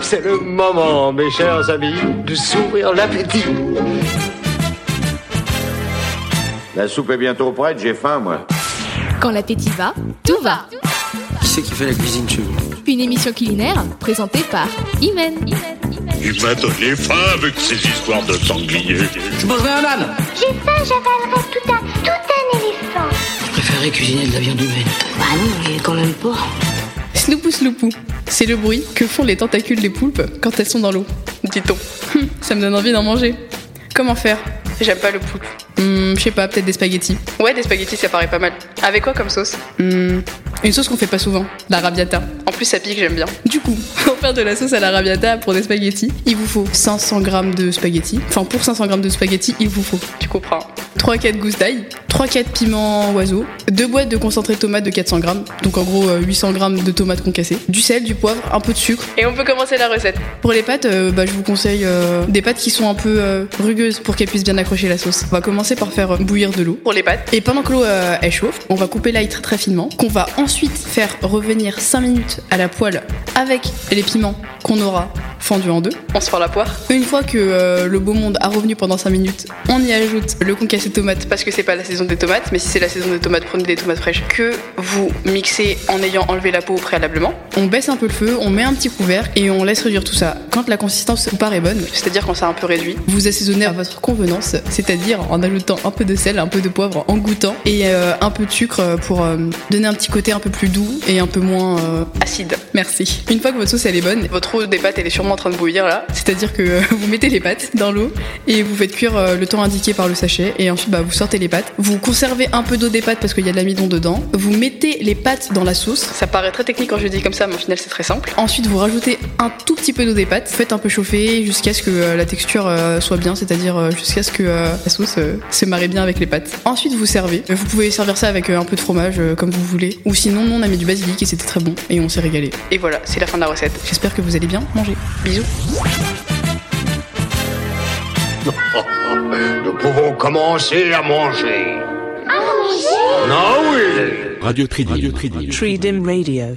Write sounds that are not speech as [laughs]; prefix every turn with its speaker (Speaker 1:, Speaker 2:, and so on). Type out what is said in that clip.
Speaker 1: C'est le moment, mes chers amis, de s'ouvrir l'appétit.
Speaker 2: La soupe est bientôt prête, j'ai faim, moi.
Speaker 3: Quand l'appétit va, tout va.
Speaker 4: Qui c'est qui fait la cuisine chez vous
Speaker 3: Une émission culinaire présentée par Imen.
Speaker 5: Il m'a donné faim avec ces histoires de sangliers.
Speaker 4: Je mangerai un âne
Speaker 6: J'ai faim, j'avalerai tout un, tout un éléphant.
Speaker 4: Je préférerais cuisiner de la viande humaine.
Speaker 7: Bah non, mais quand même pas.
Speaker 8: Sloupou sloupou, c'est le bruit que font les tentacules des poulpes quand elles sont dans l'eau, dit-on. Hum, Ça me donne envie d'en manger. Comment faire J'aime pas le poulpe. Hum, je sais pas, peut-être des spaghettis. Ouais, des spaghettis, ça paraît pas mal. Avec quoi comme sauce Hum, Une sauce qu'on fait pas souvent, la rabiata. En plus, ça pique, j'aime bien. Du coup, [laughs] pour faire de la sauce à la rabiata pour des spaghettis, il vous faut 500 grammes de spaghettis. Enfin, pour 500 grammes de spaghettis, il vous faut. Tu comprends. 3 4 gousses d'ail, 3 4 piments oiseaux, 2 boîtes de concentré de tomate de 400 grammes, donc en gros euh, 800 grammes de tomates concassées, du sel, du poivre, un peu de sucre. Et on peut commencer la recette. Pour les pâtes, euh, bah, je vous conseille euh, des pâtes qui sont un peu euh, rugueuses pour qu'elles puissent bien accrocher la sauce. On va commencer par faire euh, bouillir de l'eau. Pour les pâtes. Et pendant que l'eau euh, elle chauffe, on va couper l'ail très très finement, qu'on va ensuite faire revenir 5 minutes à la poêle avec les piments qu'on aura fendus en deux. On se fend la poire. Une fois que euh, le beau monde a revenu pendant 5 minutes, on y ajoute le concassé de tomates parce que c'est pas la saison des tomates, mais si c'est la saison des tomates, prenez des tomates fraîches que vous mixez en ayant enlevé la peau préalablement. On baisse un peu le feu, on met un petit couvercle et on laisse réduire tout ça. Quand la consistance vous paraît bonne, c'est-à-dire quand c'est un peu réduit, vous assaisonnez à votre convenance, c'est-à-dire en ajoutant un peu de sel, un peu de poivre en goûtant et euh, un peu de sucre euh, pour euh, donner un petit côté un peu plus doux et un peu moins acide. Merci. Une fois que votre sauce elle est bonne, votre eau des pâtes elle est sûrement en train de bouillir là, c'est-à-dire que euh, [laughs] vous mettez les pâtes dans l'eau et vous faites cuire euh, le temps indiqué par le sachet et ensuite bah, vous sortez les pâtes. Vous conservez un peu d'eau des pâtes parce qu'il y a de l'amidon dedans. Vous mettez les pâtes dans la sauce. Ça paraît très technique quand je dis comme ça, mais au final c'est très simple. Ensuite vous rajoutez un tout petit peu d'eau des pâtes. Faites un peu chauffer jusqu'à ce que euh, la texture euh, soit bien, c'est-à-dire euh, jusqu'à ce que euh, la sauce euh, se marre bien avec les pâtes. Ensuite vous servez. Vous pouvez servir ça avec euh, un peu de fromage euh, comme vous voulez. Ou sinon nous, on a mis du basilic et c'était très bon et on s'est régalé. Et voilà, c'est la fin de la recette. J'espère que vous allez bien manger. Bisous.
Speaker 1: Nous pouvons commencer à manger. Ah
Speaker 6: À manger
Speaker 1: Non, oui
Speaker 9: Radio Tridim. Radio Tridim.
Speaker 10: Tree Dim Radio.